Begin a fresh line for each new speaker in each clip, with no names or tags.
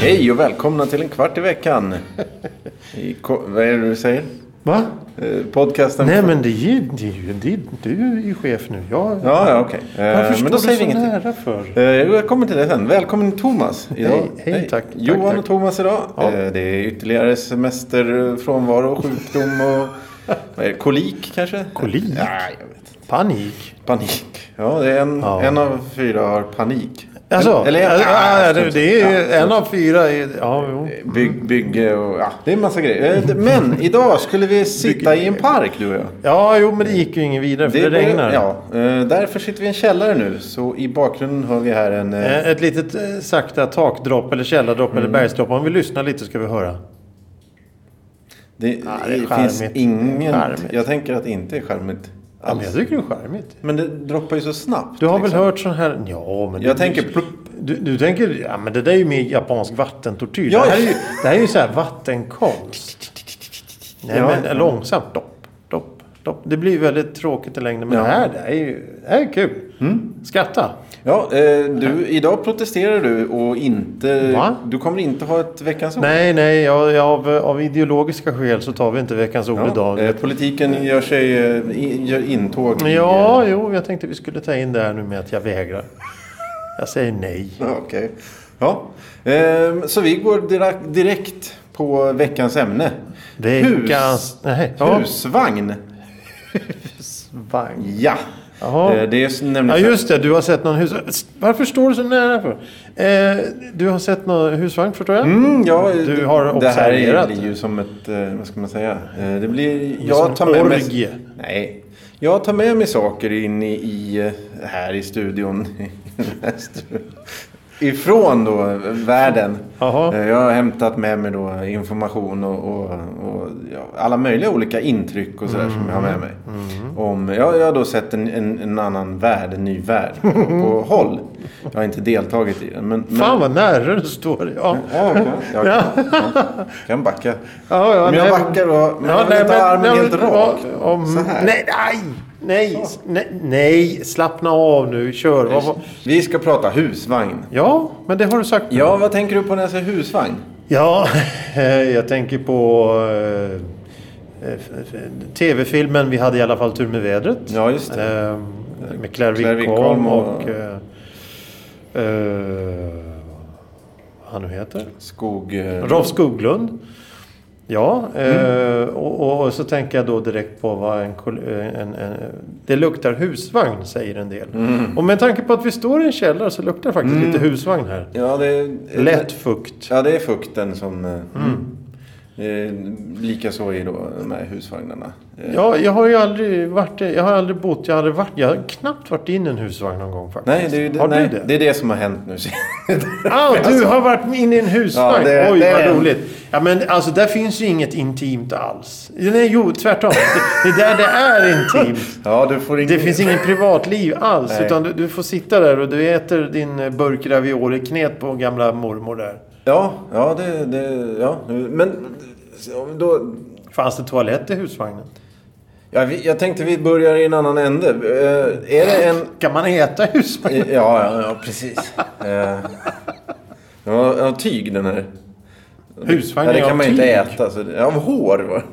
Hej och välkomna till en kvart i veckan. I, ko- vad är det du säger?
Va?
Eh, Podcasten?
Nej men det är ju, det är ju, det är, du är ju chef nu. Jag,
Ja, ja okej. Eh,
Varför står
men då
du
säger vi
så
ingenting.
nära för?
Eh, Jag kommer till det sen. Välkommen Thomas. Idag.
Hej, hej, tack, tack,
Johan
tack.
och Thomas idag.
Ja.
Eh, Det är ytterligare semester, eh, frånvaro, sjukdom och vad är det, kolik kanske?
Kolik?
Nej, jag vet inte.
Panik.
Panik. Ja, det är en,
Ja.
en av fyra har panik.
Alltså,
Eller, eller,
ja, ja, det, det
Ja. Eh,
är en av fyra. Är, ja, jo.
Bygg, bygge och ja, det är en massa grejer. Eh, d- Men idag skulle vi sitta i en park du och jag.
ja, jo men det gick ju ingen vidare för det,
börjar-
regnar.
Ja, eh, därför sitter vi i en källare nu. Så i bakgrunden hör vi här en... eh,
Eh, Ett litet eh, sakta takdropp eller källardropp
Mm.
eller bergsdropp. Om vi lyssnar lite ska vi höra.
Det,
Ja, det är
det finns
charmigt.
ingen...
Charmigt.
Jag tänker att det inte är charmigt
Ja, men jag
alls.
tycker det är charmigt.
Men det droppar ju så snabbt.
Du har
liksom.
väl hört sån här... Ja, men
Jag
du,
tänker plupp.
Du, du tänker... Ja, men det där är ju mer japansk vattentortyr.
Ja.
Det, här är ju, det här är ju så här vattenkonst. Nej,
Ja.
men långsamt. Dopp, dopp, dopp. Det blir ju väldigt tråkigt i längden. Men
Ja. Mm.
det här, det här är ju... Det här är kul. Skratta.
Ja, eh, du, idag protesterar du och inte...
Va?
Du kommer inte ha ett Veckans Ord.
Nej, nej. Jag, jag, av, av ideologiska skäl så tar vi inte veckans ord idag.
Ja, eh, politiken gör sig... eh, i- Gör intåg. i,
Ja,
eh,
jo. Jag tänkte vi skulle ta in det här nu med att jag vägrar. Jag säger nej.
Ja, Okej. Ja. Ehm, så vi går dira- direkt på veckans ämne.
Veckans... Nej.
Hus,
Ja.
Husvagn.
Husvagn.
Ja.
Jaha.
Eh, det är s-
Ja
nämligen...
just det, du har sett någon hus... Varför står du så nära för? Eh, du har sett någon husvagn förstår jag?
Mm, ja,
Du
det-
har
Det här är-
observerat.
blir ju som ett... eh, Vad ska man säga? Eh, Det blir...
är som en orgie.
Nej. Jag tar med mig saker in i... i eh, här i studion. Ifrån då eh, världen.
Jaha.
Eh, Jag har hämtat med mig då information och, och, och ja, alla möjliga olika intryck och sådär som jag har med
Mm,
mig. Om, jag, jag har då sett en, en, en annan värld, en ny värld på håll. Jag har inte deltagit i den. Men, men,
Fan vad nära du står. Ja,
Ja, jag kan, jag kan, jag kan backa.
ja, ja
men jag
nej,
backar då. Men jag vill
nej,
inte ha armen
nej,
helt
men-
rak.
ja, om-
Så här.
Nej, nej, nej, s- nej, nej, slappna av nu, kör. Vad, vad...
Vi ska prata husvagn.
Ja, men det har du sagt.
Ja, vad tänker du på när jag säger husvagn?
Ja, eh, jag tänker på eh, eh, f- f- tv-filmen Vi hade i alla fall tur med vädret.
Ja, just det.
Eh, med Claire
Claire
Wickholm
Wickholm och-
och... eh, eh, vad han nu heter?
Skog... eh,
Rolf Skoglund. Ja, eh,
Mm.
och, och, och så tänker jag då direkt på vad en, kol- eh, en, en... Det luktar husvagn, säger en del.
Mm.
Och med tanke på att vi står i en källare så luktar det faktiskt lite husvagn här.
Ja, det...
Lätt Mm. fukt.
Ja, det är fukten som... eh, Eh, Likaså är då de här husvagnarna. Eh,
Ja, jag har ju aldrig varit Jag har aldrig bott. Jag, har aldrig varit, jag har knappt varit in i en husvagn någon gång faktiskt.
Nej, det är ju det,
har
nej,
du det?
det? är det som har hänt nu.
Ah, du har varit inne i en husvagn.
Alltså. Ja, det-
Oj,
det-
vad roligt. Ja, men alltså där finns ju inget intimt alls. Nej, jo, tvärtom. Det, det är där det är intimt.
ja, du får ingen...
Det finns ingen privatliv alls.
Nej.
Utan du, du får sitta där och du äter din eh, burk ravioli i knät på gamla mormor där.
Ja, ja, det... det ja. Men då,
Fanns det toalett i husvagnen?
Ja, vi, jag tänkte vi börjar i en annan ände. Eh, är det en...
Kan man äta i husvagn?
Ja, ja, ja precis. Eh, den var den var tyg den här.
Husvagn
Ja, det
är
kan
av
man ju inte
tyg.
äta. Så det, av hår var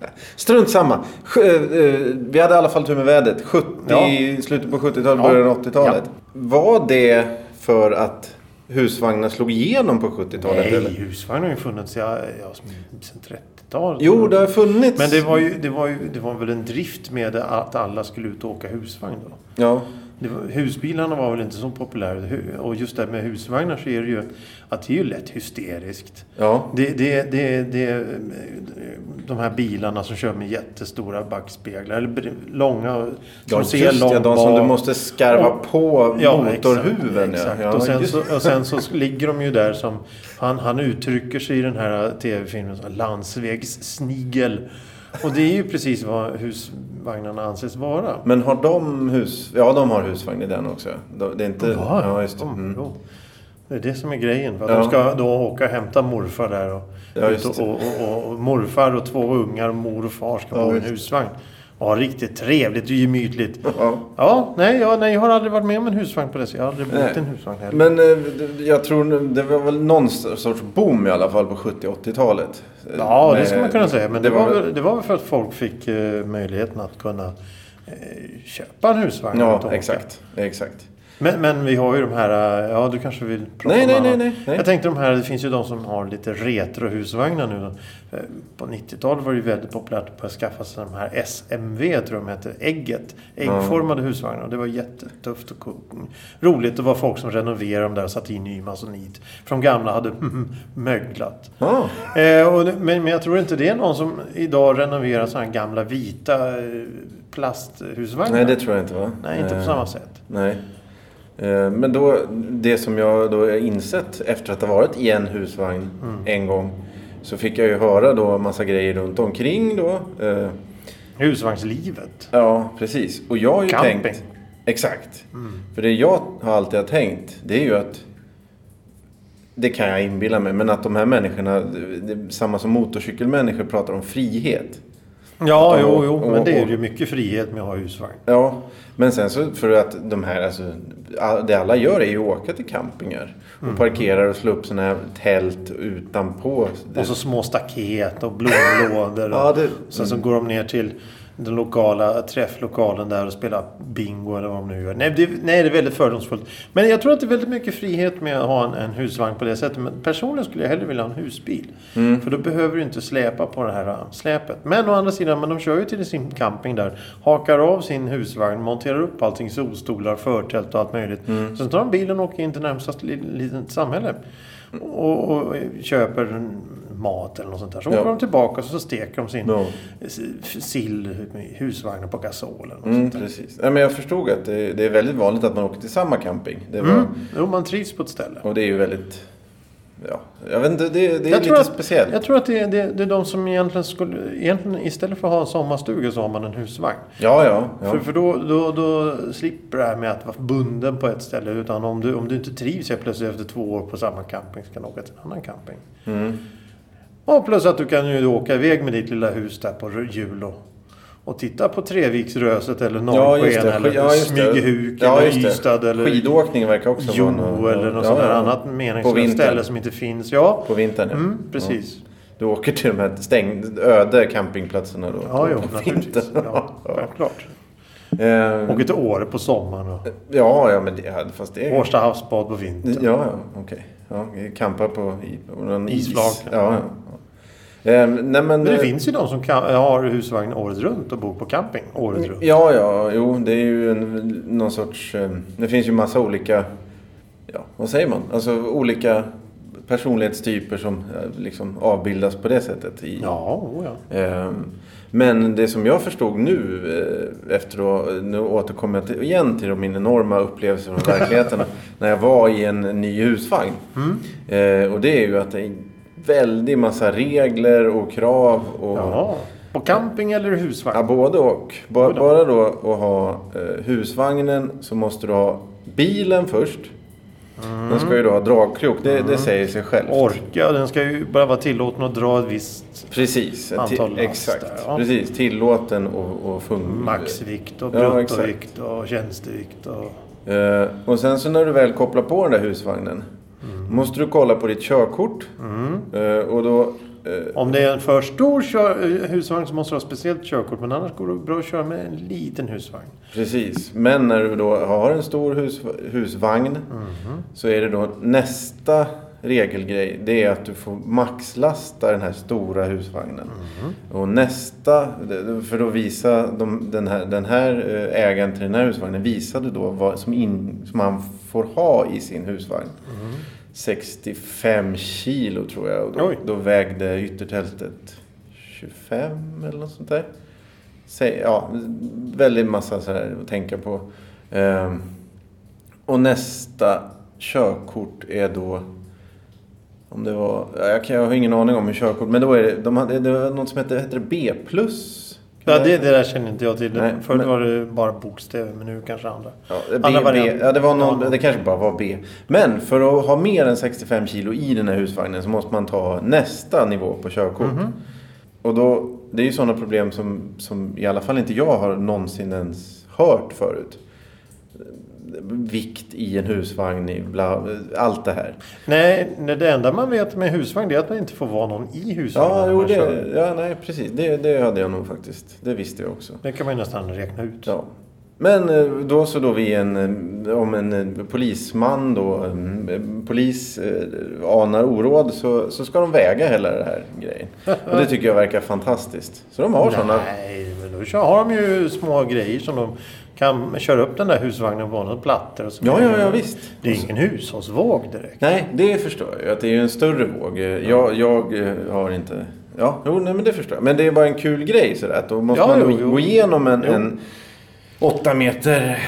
det. Strunt samma. Sj- eh, eh, vi hade i alla fall tur med vädret. 70,
Ja.
Slutet på 70-talet,
Ja.
början av 80-talet. Var det för att husvagnar slog igenom på 70-talet?
Nej,
eller?
husvagn har ju funnits ja, ja, sedan 30-talet.
Jo, det har funnits.
Men det var, ju, det, var ju, det var väl en drift med att alla skulle ut och åka husvagn då?
Ja.
Det var, husbilarna var väl inte så populära. Hu- Och just det här med husvagnar så är det ju att det är ju lätt hysteriskt.
Ja.
Det, det, det, det, de här bilarna som kör med jättestora backspeglar, eller br- långa, som
Ja,
ser
just
långt
ja, de som du
bak.
måste skarva
Och-
på motorhuven.
Exakt, exakt.
Ja. Ja,
och, sen
just-
så, och sen så ligger de ju där som... Han, han uttrycker sig i den här tv-filmen som landsvägssnigel. Och det är ju precis vad husvagnarna anses vara.
Men har de hus... Ja, de har husvagn i den också. De- Det är inte...
Ja,
ja just det.
de-
Mm.
jo. Det är det som är grejen. För att
Ja.
De ska då åka och hämta morfar där. Och,
Ja,
ut
just
och,
det.
och, och, och morfar och två ungar och mor och far ska
Ja,
bo i en
just det.
husvagn. Ja, riktigt trevligt och gemytligt.
Ja.
Ja, nej, ja, nej, jag har aldrig varit med om en husvagn på det sättet. Jag har aldrig bott i
Nej.
en husvagn heller.
Men eh, det- jag tror det var väl någon sorts boom i alla fall på 70-80-talet.
Ja, det
Med-
skulle man kunna säga. Men det, var,
väl-
väl, det var väl för att folk fick eh, möjligheten att kunna eh, köpa en husvagn. och
Ja,
åka.
exakt. exakt.
Men, men vi har ju de här, eh, ja du kanske vill prata
Nej,
om
nej, nej,
annat.
nej, nej.
Jag tänkte de här, det finns ju de som har lite retrohusvagnar nu. då. Eh, På 90-talet var det ju väldigt populärt att börja skaffa sig de här SMV, tror jag de hette, Ägget. Äggformade husvagnar. Och Det var jättetufft och ko- roligt. Det var folk som renoverade dem där och satte in ny masonit. För de gamla hade möglat.
Ja.
Eh, och, det- men, men jag tror inte det är någon som idag renoverar sådana här gamla vita eh, plasthusvagnar.
Nej, det tror jag inte va?
Nej, inte på
Eh,
samma sätt.
Nej. Eh, Men då, det som jag då har insett efter att ha varit i en husvagn
Mm.
en gång. Så fick jag ju höra då en massa grejer runt omkring då. Eh,
Husvagnslivet.
Ja, precis. Och jag har ju
Camping.
tänkt... Exakt. För det jag har alltid har tänkt, det är ju att... Det kan jag inbilla mig, men att de här människorna, det är samma som motorcykelmänniskor, pratar om frihet.
Ja,
Att de-
jo, jo, men
och-
det är
och-
ju mycket frihet med att ha husvagn.
Ja, men sen så för att de här, alltså, all- det alla gör är ju att åka till campingar.
Mm.
Och parkerar och slår upp sådana här tält utanpå.
Och så små staket och blomlådor.
Ja, det-
och sen så går de ner till den lokala träfflokalen där och spelar bingo eller vad de nu gör. Nej det, nej, det är väldigt fördomsfullt. Men jag tror att det är väldigt mycket frihet med att ha en, en husvagn på det sättet. Men personligen skulle jag hellre vilja ha en husbil. För då behöver du inte släpa på det här släpet. Men å andra sidan, men de kör ju till sin camping där. Hakar av sin husvagn, monterar upp allting. Solstolar, förtält och allt möjligt. Sen tar de bilen och åker in till närmsta li- litet samhälle. Och, och köper mat eller något sånt där. Så
Ja.
åker de tillbaka och så steker de sin
Ja.
s- sill i husvagnen på gasol eller något
Mm,
sånt där.
precis. Nej, men jag förstod att det, det är väldigt vanligt att man åker till samma camping. Det var,
Mm. Jo, man trivs på ett ställe.
Och det är ju väldigt... Ja, jag vet inte, det, det är
Jag tror
lite
att-
speciellt.
Jag tror att det är, det, det är de som egentligen skulle... Egentligen istället för att ha en sommarstuga så har man en husvagn.
Ja, ja. ja.
För, för då, då, då slipper det här med att vara bunden på ett ställe. Utan om du, om du inte trivs helt plötsligt efter två år på samma camping så kan du åka till en annan camping.
Mm.
Och plus att du kan ju åka iväg med ditt lilla hus där på jul och, och titta på Treviksröset eller
Ja,
Norrsken
just det.
eller
Sk- ja, just det.
Smygehuk
Ja,
eller
just det.
Ystad eller
Skidåkning verkar också
Jo
vara något-
eller något
ja,
sånt där
ja.
annat
På
meningslöst
vintern.
ställe som inte finns. Ja,
På vintern, ja.
mm, precis.
Du åker till de här stängd, öde campingplatserna då.
Ja, jo,
på
naturligtvis.
vintern.
Ja, självklart.
Eh,
Åker till Åre på sommaren och
ja, ja, men det, ja, fast det är...
Årsta havsbad på vintern.
Ja, ja, okej. Ja, kampa på, i, på någon is. Ja,
Isflak.
ja. ja. Eh, nej, men,
Men det
eh,
finns ju de som kan, har husvagn året runt och bor på camping året runt.
Ja, ja, jo, det är ju en, någon sorts... eh, Det finns ju massa olika... Ja, vad säger man? Alltså olika personlighetstyper som eh, liksom avbildas på det sättet. I,
Ja, oh ja.
Eh, Men det som jag förstod nu, eh, efter att, nu återkommer jag till, igen till min enorma upplevelse från verkligheten, när jag var i en ny husvagn. Eh, Och det är ju att det är en väldig massa regler och krav. Och,
Jaha. På camping eller
Ja,
husvagn?
både och. Bara, bara då att ha eh, husvagnen så måste du ha bilen först. Den ska ju då ha dragkrok, det, det
Mm.
säger sig självt.
Orka, den ska ju bara vara tillåten att dra ett visst
Precis,
Antal
ti-
last
exakt.
där, ja.
Precis, tillåten och, och fun-
maxvikt och
Ja,
bruttovikt och tjänstevikt. Och...
Eh, och sen så när du väl kopplar på den där husvagnen.
Mm.
Måste du kolla på ditt körkort. Eh, och då... eh,
Om det är en för stor kör- husvagn så måste du ha speciellt körkort. Men annars går det bra att köra med en liten husvagn.
precis. Men när du då har en stor hus, husvagn. Så är det då nästa regelgrej. Det är att du får maxlasta den här stora husvagnen. Och nästa... För då visar de, den här, den här eh, ägaren till den här husvagnen. Visade då vad som, in, som han får ha i sin husvagn. 65 kilo tror jag. Och då,
Oj.
då vägde yttertältet 25 eller något sånt där. Säg, ja, väldigt massa så här att tänka på. Ehm, och nästa körkort är då... Om det var... ja, Jag, kan, jag har ingen aning om hur körkort... Men då är det, de hade, det var något som hette, hette det B+. Kan
Ja, det, det där känner inte jag till.
Nej,
Förut
men-
var det bara bokstäver, men nu kanske andra.
Ja, B,
Andra
B,
varianter.
ja, det, var någon,
Ja.
det kanske bara var B. Men för att ha mer än
Mhm.
Mm-hmm. 65 kilo i den här husvagnen så måste man ta nästa nivå på körkort. Och då det är ju sådana problem som, som i alla fall inte jag har någonsin ens hört förut. Vikt i en husvagn, i bla, allt det här.
Nej, nej, det enda man vet med husvagn det är att man inte får vara någon i husvagnen.
Ja,
när
jo,
man kör.
det, ja nej, precis. Det, det hade jag nog faktiskt. Det visste jag också.
det kan man ju nästan räkna ut.
Ja. Men eh, då så då vi en, eh, om en eh, polisman då, eh, polis eh, anar oråd så, så ska de väga hela det här grejen. Och det tycker jag verkar fantastiskt. Så de har sådana.
Nej, men då kör, har de ju små grejer som de kan köra upp den där husvagnen på, några plattor och så.
Ja, ja, ja, visst.
Det är ju ingen hushållsvåg direkt.
Nej, det förstår jag ju. Att det är ju en större våg. Eh, Jag, jag eh, har inte... Ja, jo, nej, men det förstår jag. Men det är bara en kul grej sådär. Att då måste
Ja,
man
jo,
nog
jo.
gå igenom en,
Jo.
en åtta meter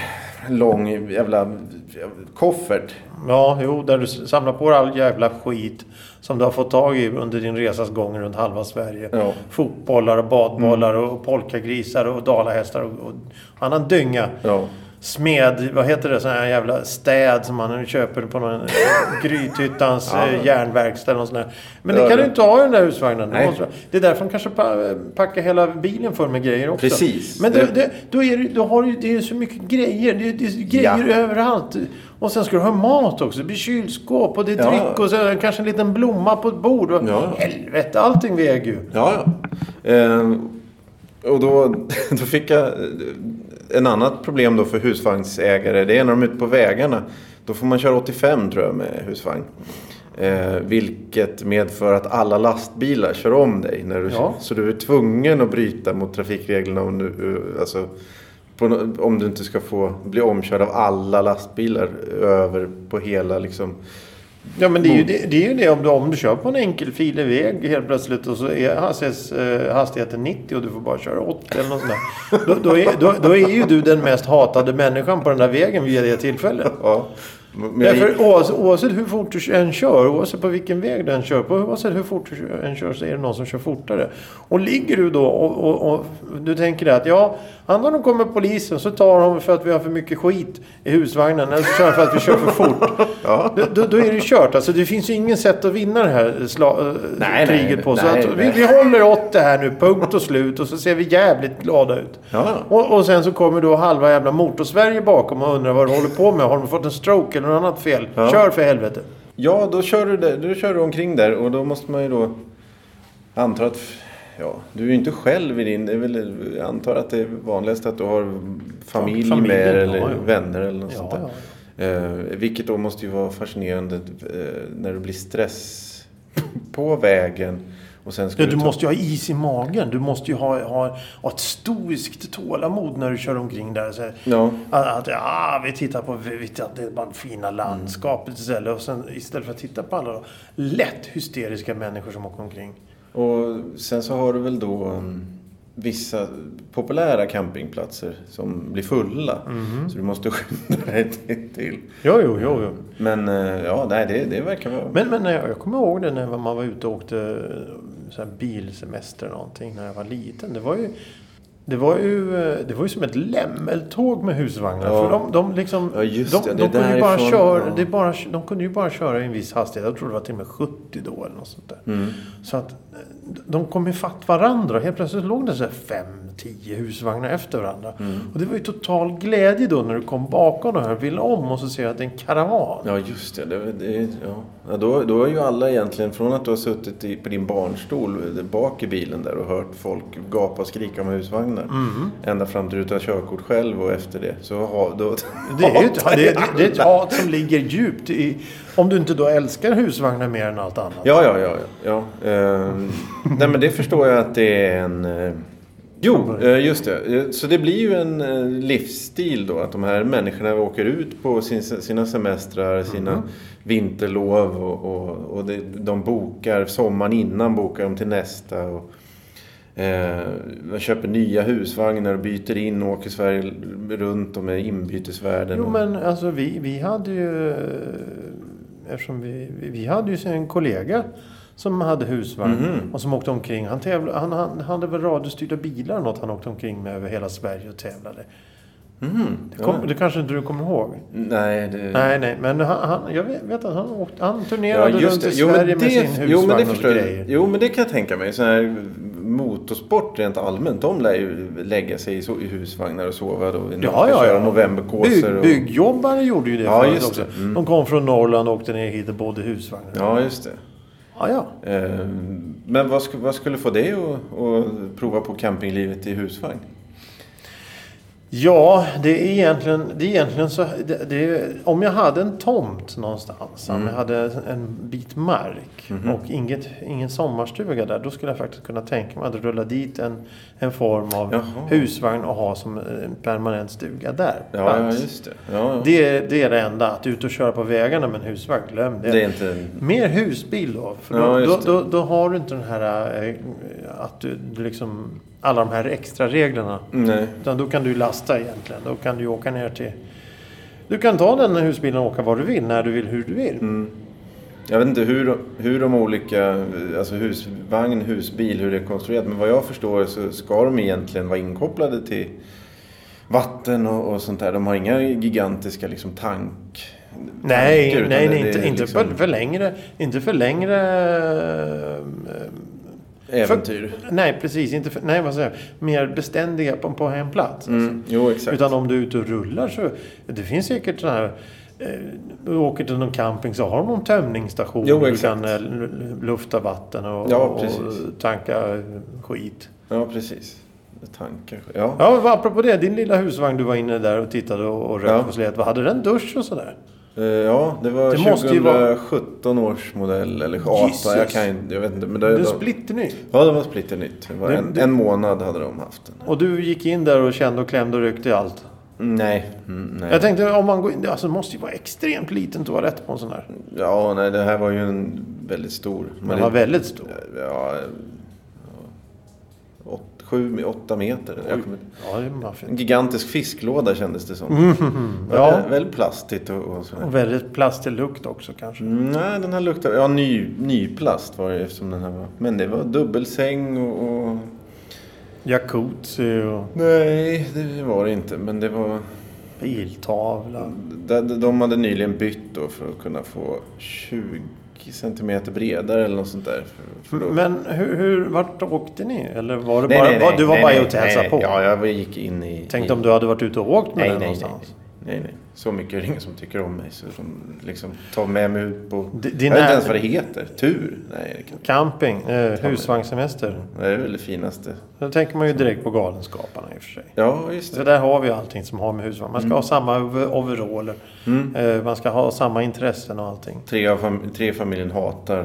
lång jävla koffert.
Ja, jo, där du samlar på dig all jävla skit som du har fått tag i under din resas gång runt halva Sverige.
Ja.
Fotbollar och badbollar och polkagrisar och dalahästar och, och annan dynga.
Ja.
Smed, vad heter det, sån här jävla städ som man köper på någon Grythyttans
Ja.
eh, järnverkstad eller sån där. Men det
Ja,
kan du
det-
inte ha i den där husvagnen.
Nej.
Det måste- Det är därför de kanske pa- packar hela bilen full med grejer också.
Precis.
Men det,
Det-
det, då är det, då har du, det är ju så mycket grejer. Det, är- det är grejer
Ja.
överallt. Och sen ska du ha mat också. Det blir kylskåp och det är
Ja.
dryck och så, kanske en liten blomma på ett bord. Och,
Ja.
Helvete, allting väger ju.
Ja, ja. Eh, och då, då fick jag eh, en annat problem då för husvagnsägare. Det är när de är ute på vägarna. Då får man köra 85 tror jag med husvagn. Eh, vilket medför att alla lastbilar kör om dig. När du,
Ja.
Så du är tvungen att bryta mot trafikreglerna om du, eh, alltså, på, nå- om du inte ska få bli omkörd av alla lastbilar över på hela liksom.
Ja men det är ju det, det, är ju det om, du, om du kör på en enkelfilig väg helt plötsligt och så är hastighets, eh, hastigheten 90 och du får bara köra 80 eller något sånt där. Då, då, är, då, då är ju du den mest hatade människan på den där vägen vid det tillfället.
Ja. Men jag gick-
Därför oavsett, oavsett hur fort du än kör, oavsett på vilken väg du än kör, på, oavsett hur fort du än kör så är det någon som kör fortare. Och ligger du då och, och, och du tänker att ja, andra de kommer polisen så tar de för att vi har för mycket skit i husvagnen eller så kör de för att vi kör för fort. Då, då, då är det kört. Alltså, det finns ju ingen sätt att vinna det här sla, eh,
Nej, nej,
kriget på. Så
nej,
att,
nej.
Vi, vi håller åt det här nu, punkt och slut. Och så ser vi jävligt glada ut.
Ja.
Och, och sen så kommer då halva jävla motorsverige bakom och undrar vad du håller på med. Har de fått en stroke eller något annat fel?
Ja.
Kör för helvete.
Ja, då kör, du där, då kör du omkring där och då måste man ju då anta att... Ja, du är ju inte själv i din... Det är väl, jag antar att det är vanligast att du har familj
Familjen,
med dig eller
ja, ja.
vänner eller något
Ja,
sånt där. Eh, vilket då måste ju vara fascinerande eh, när du blir stress på vägen. Och sen ska
Du,
du
du
ta-
måste ju ha is i magen. Du måste ju ha, ha, ha ett stoiskt tålamod när du kör omkring där. Så här,
Ja.
Att, att ja, vi tittar på vi, vi tittar, det är bara fina landskapet istället. Och sen, istället för att titta på alla då, lätt hysteriska människor som åker omkring.
Och sen så har du väl då mm, vissa populära campingplatser som blir fulla.
Mhm.
Så du måste skynda dig till- till.
Jo, jo, jo. jo.
Men eh, ja, nej, det, det verkar vara...
Men, men när jag, jag kommer ihåg det när man var ute och åkte eh, så här bilsemester eller någonting när jag var liten. Det var ju, det var ju, eh, det var ju som ett lämmeltåg med husvagnar.
Ja.
För de, de, liksom,
Ja, just
de,
det. Det
de, kunde ju bara
därifrån,
köra,
ja.
det är bara, de kunde ju bara köra i en viss hastighet. Jag tror det var till och med 70 då eller något sånt där.
Mm.
Så att eh, de kom ifatt varandra. Helt plötsligt låg det så här fem, tio husvagnar efter varandra.
Mm.
Och det var ju total glädje då när du kom bakom och här ville om och så ser jag att det är en karavan.
Ja, just det. det, det ja. Ja, då, då är ju alla egentligen, från att du har suttit i, på din barnstol eh, bak i bilen där och hört folk gapa och skrika om husvagnar. Ända fram till du tar körkort själv och efter det. Så ha, då,
Det är ju ett, det, det, det är ett hat som ligger djupt i... Om du inte då älskar husvagnar mer än allt annat.
Ja, ja, ja. ja. ja. Ehm, nej, men det förstår jag att det är en... eh, Jo, eh, just det. Eh, Så det blir ju en eh, livsstil då. Att de här människorna åker ut på sin, sina semestrar, sina
Mm.
vinterlov och, och, och det, de bokar sommaren innan bokar de till nästa. Och, eh, man köper nya husvagnar och byter in och åker Sverige runt och med inbytesvärden.
Jo
och-
men alltså vi, vi hade ju... eh, Eftersom vi, vi- vi hade ju en kollega som hade husvagn
Mhm.
och som åkte omkring. Han, tävla, han, han, han hade väl radiostyrda bilar eller något han åkte omkring med över hela Sverige och tävlade. Det, kom, det kanske inte du kommer ihåg?
Mhm. Nej, det...
Nej, nej, men han, han, jag vet- vet att han, åkte, han
Ja,
turnerade
just
runt
det.
i
Jo, men
Sverige med
det-
sin
jo, men det
husvagn och
förstår jag.
grejer.
Jo, men det kan jag tänka mig. Sån här motorsport rent allmänt, de lär ju lägga sig i so- i husvagnar och sova då. I natt
Ja,
och
ja,
köra
ja.
novemberkåsor.
Bygg,
Och...
byggjobbare gjorde ju det
Ja,
förut
just
också.
det. Mm.
De kom från Norrland och åkte ner hit och bodde i husvagnar.
Ja, just det.
Ja, ja.
Eh, Men vad, sku- vad skulle få dig att, att prova på campinglivet i husvagn?
Ja, det är egentligen, det är egentligen så. Det, det är, om jag hade en tomt någonstans,
Mm.
om jag hade en bit mark
Mhm.
och inget, ingen sommarstuga där, då skulle jag faktiskt kunna tänka mig att rulla dit en, en form av
Jaha.
husvagn och ha som en permanent stuga där.
Ja, ja
Plats.
just det. Ja, ja.
det, är- det är det enda, att ut och köra på vägarna med en husvagn, glöm det.
Det är inte...
Mer husbil då, för då,
Ja,
då,
just det.
då, då har du inte den här eh, att du, du liksom, alla de här extra reglerna.
Nej.
Utan då kan du lasta egentligen. Då kan du åka ner till... Du kan ta den här husbilen och åka var du vill, när du vill, hur du vill.
Mm. Jag vet inte hur, de- hur de olika, eh, alltså husvagn, husbil, hur det är konstruerat. Men vad jag förstår så ska de egentligen vara inkopplade till vatten och, och sånt där. De har inga gigantiska liksom tank...
Nej,
tankar, utan
nej,
det-
nej
det
inte,
är
inte,
liksom
för, för längre, inte för längre... eh,
Äventyr.
För, nej, precis. Inte för, nej, vad säger jag? Mer beständiga på, på en plats.
Mm, jo, exakt.
Utan om du är ute och rullar så... Det finns säkert sådana här... eh, Du åker till någon camping så har de någon tömningsstation.
Jo,
du
exakt.
kan eh, l- l- lufta vatten och,
Ja,
och
precis.
tanka eh, skit.
Ja, precis. Tankar. Ja.
Ja, vad apropå det. Din lilla husvagn du var inne där och tittade och, och rök
Ja.
och slet. Vad hade den dusch och sådär?
Eh, Ja, det var
Det måste ju vara-
2017 års modell eller 18.
Jesus.
Jag kan ju- jag vet inte. Men det,
Den är
de-
splitterny.
Ja, det var splitternytt. Det var
Det-
en,
det-
en månad hade de haft den.
Och du gick in där och kände och klämde och ryckte i allt.
Nej. Mm, nej.
Jag tänkte om man går in... Alltså det måste ju vara extremt liten toalett på en sån här.
Ja, nej, det här var ju en väldigt stor. Men
Den var väldigt stor.
Ja, eh, åt, sju, åtta meter. Jag kommer,
Ja, det är
en
maffigt.
gigantisk fisklåda kändes det som.
Ja.
Väl, väl plastigt och, och sådär.
Och väldigt plastig lukt också kanske.
Mm, Nej, den här luktar... Ja, ny, ny plast var det eftersom den här var. Men det var dubbelsäng och... och
Jacuzzi och
nej, det var det inte. Men det var...
piltavla.
De, de- de hade nyligen bytt då för att kunna få 20 centimeter bredare eller något sånt där. För, för då-
Men hur, hur, vart åkte ni? Eller var det
Nej,
bara,
nej,
var,
nej,
du var
nej,
bara
nej,
ute och
nej,
hälsade
nej.
på?
Ja, jag gick in i...
Tänk
i-
om du hade varit ute och åkt med
nej,
den
nej, nej,
någonstans?
nej, nej. Så mycket är det ingen som tycker om mig så de liksom tar med mig ut på...
D- din
jag vet
är-
inte ens vad det heter. Tur? Nej, det kan...
Camping, eh, husvagnssemester.
det är väl det finaste.
Då tänker man ju direkt på Galenskaparna i och för sig.
Ja, just
Så
det.
där har vi ju allting som har med husvagn.
Mm.
Man ska ha samma over- overaller. Eh, Man ska ha samma intressen och allting.
Tre, av fam... Tre i familjen hatar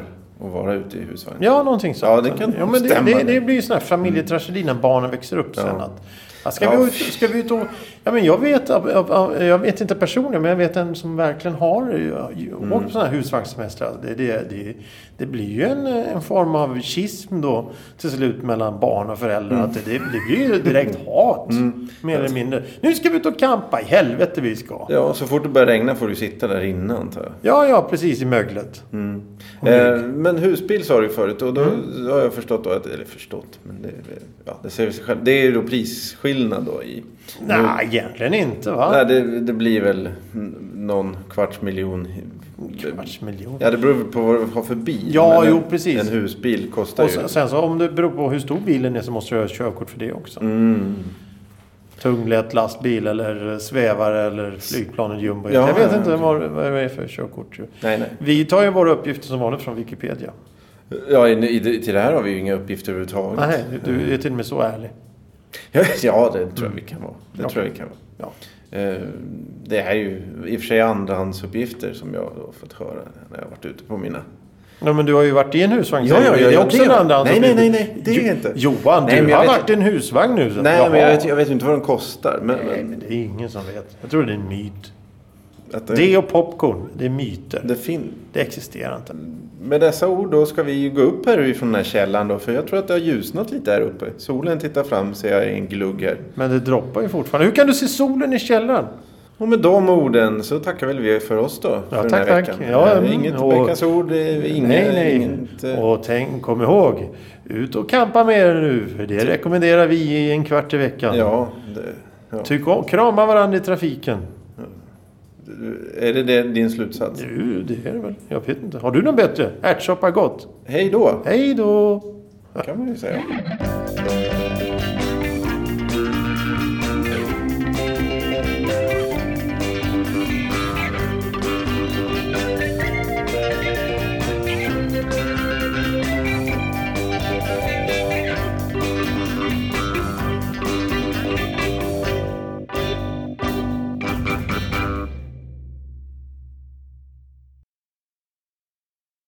att vara ute i husvagn.
Ja, någonting
Ja,
sånt.
det kan
ja, men det,
stämma.
det, det blir ju sån här familjetragedi när barnen växer upp sen. Att, ja, ska,
Ja,
vi ut, ska vi ut och... Ja, men jag, vet, av- av- av- jag vet inte personligen, men jag vet en som verkligen har eh, ju-
Mm.
åkt på sådana här husvagnssemestrar. Det, det, det, det blir ju en, eh, en form av schism då till slut mellan barn och föräldrar.
Mm.
Att det, det, det blir ju direkt hat, mer eller mindre. Nu ska vi ut och campa, i helvete vi ska.
Ja, så fort det börjar regna får du sitta där inne antar jag.
Ja, ja, precis i möglet.
Mm. Eh, men husbil sa du ju förut och då
Mm.
har jag förstått då att, eller förstått, men det, ja, det säger sig själv. Det är ju då prisskillnad då i...
Nej, egentligen inte va?
Nej, det, det blir väl n- någon kvarts miljon.
Kvarts miljon.
Ja, det beror väl på vad du har för bil.
Ja,
men
jo,
en,
precis.
En husbil kostar
Och
ju...
sen, sen så om det beror på hur stor bilen är så måste du ha ett körkort för det också.
Mm.
Tung, lätt lastbil eller svävare eller flygplanet jumbo.
Ja,
jag vet
ja,
inte
okej.
vad, vad det är för körkort. ju.
Nej, nej.
Vi tar ju våra uppgifter som vanligt från Wikipedia.
Mm. Ja, i, i, till det här har vi ju inga uppgifter överhuvudtaget.
Nej, du, du är till och med så ärlig.
Ja, det tror jag vi kan vara. Det
Ja.
tror jag vi kan vara.
Ja.
Eh, Det är ju i och för sig andrahandsuppgifter som jag då fått höra när jag har varit ute på mina...
Ja, men du har ju varit i en husvagn.
Ja,
säger
ja,
du.
ja,
det
ja,
är också
det
en
var-
andra
Nej, nej, nej, nej, det är inte.
Johan,
Nej, men
du
jag
har
vet
varit i en husvagn nu. så-
Nej, men jag
Jaha.
vet, jag vet inte vad de kostar. Men,
Nej,
men
men det är ingen som vet. Jag tror det är en myt.
att det,
Det och popcorn, det är myter.
det fin-
Det existerar inte.
Med dessa ord då ska vi ju gå upp här ifrån den här källan då. För jag tror att det har ljusnat lite här uppe. Solen tittar fram ser jag i en glugg här.
Men det droppar ju fortfarande. Hur kan du se solen i källaren?
Och med de orden så tackar väl vi för oss då. För den
tack,
här
tack.
veckan.
Ja,
Eh,
mm,
inget
och-
veckans ord. eh, Inga,
nej, nej.
Inget, eh,
Och tänk, kom ihåg. Ut och kampa med er nu. För det rekommenderar vi i en kvart i veckan.
ja, det, ja.
Tyck om, krama varandra i trafiken.
Är det, det din slutsats?
Du, det är det väl. Jag vet inte. Har du något bättre? Ärtsoppa gott.
Hej då,
Hej då!
kan man ju säga. Hej då.